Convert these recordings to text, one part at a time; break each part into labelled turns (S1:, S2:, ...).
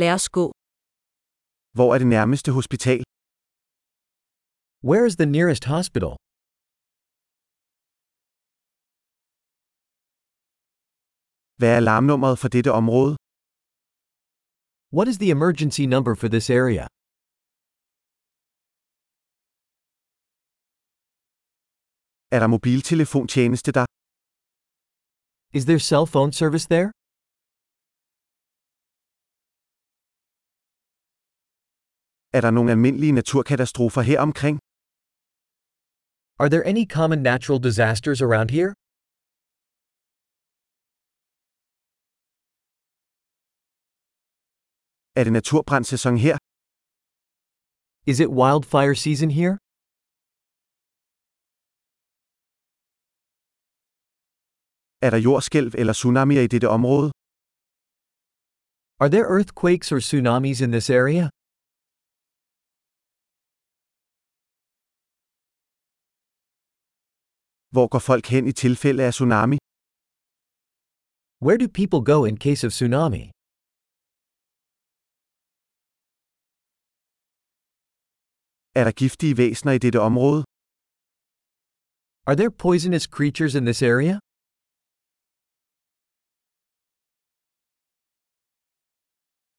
S1: Lad os gå.
S2: Hvor er det nærmeste hospital?
S3: Where is the nearest hospital?
S2: Hvad er alarmnummeret for dette område?
S3: What is the emergency number for this area?
S2: Er der mobiltelefontjeneste der?
S3: Is there cell phone service there?
S2: Er der nogle almindelige naturkatastrofer her omkring?
S3: Are there any common natural disasters around here?
S2: Er det naturbrandsæson her?
S3: Is it wildfire season here?
S2: Er der jordskælv eller tsunamier i dette område?
S3: Are there earthquakes or tsunamis in this area?
S2: Hvor går folk hen i tilfælde af tsunami?
S3: Where do people go in case of tsunami?
S2: Er der giftige væsener i dette område?
S3: Are there poisonous creatures in this area?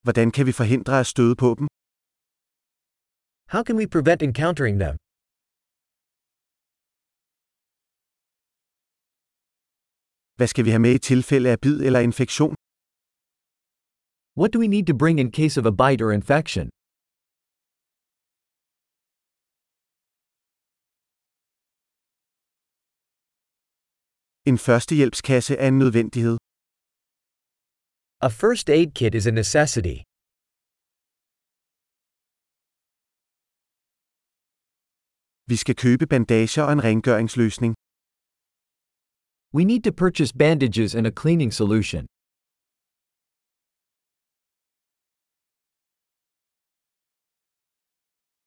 S2: Hvordan kan vi forhindre at støde på dem?
S3: How can we prevent encountering them?
S2: Hvad skal vi have med i tilfælde af bid eller infektion?
S3: What do we need to bring in case of a bite or infection?
S2: En førstehjælpskasse er en nødvendighed.
S3: A first aid kit is a necessity.
S2: Vi skal købe bandager og en rengøringsløsning.
S3: We need to purchase bandages and a cleaning solution.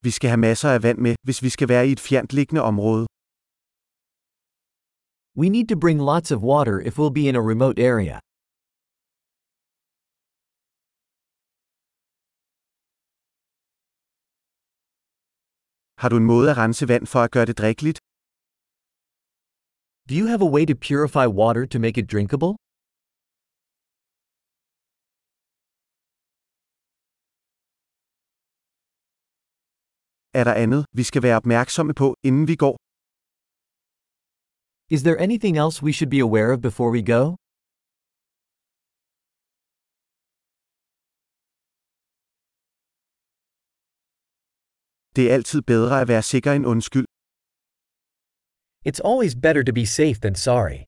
S2: Vi skal have masser af vand med, hvis vi skal være i et fjerntliggende område.
S3: We need to bring lots of water if we'll be in a remote area.
S2: Har du en måde at rense vand for at gøre det drikkeligt?
S3: Do you have a way to purify water to make it drinkable?
S2: Er der andet, vi skal være opmærksomme på, inden vi går?
S3: Is there anything else we should be aware of before we go?
S2: Det er altid bedre at være sikker end undskyld.
S3: It's always better to be safe than sorry.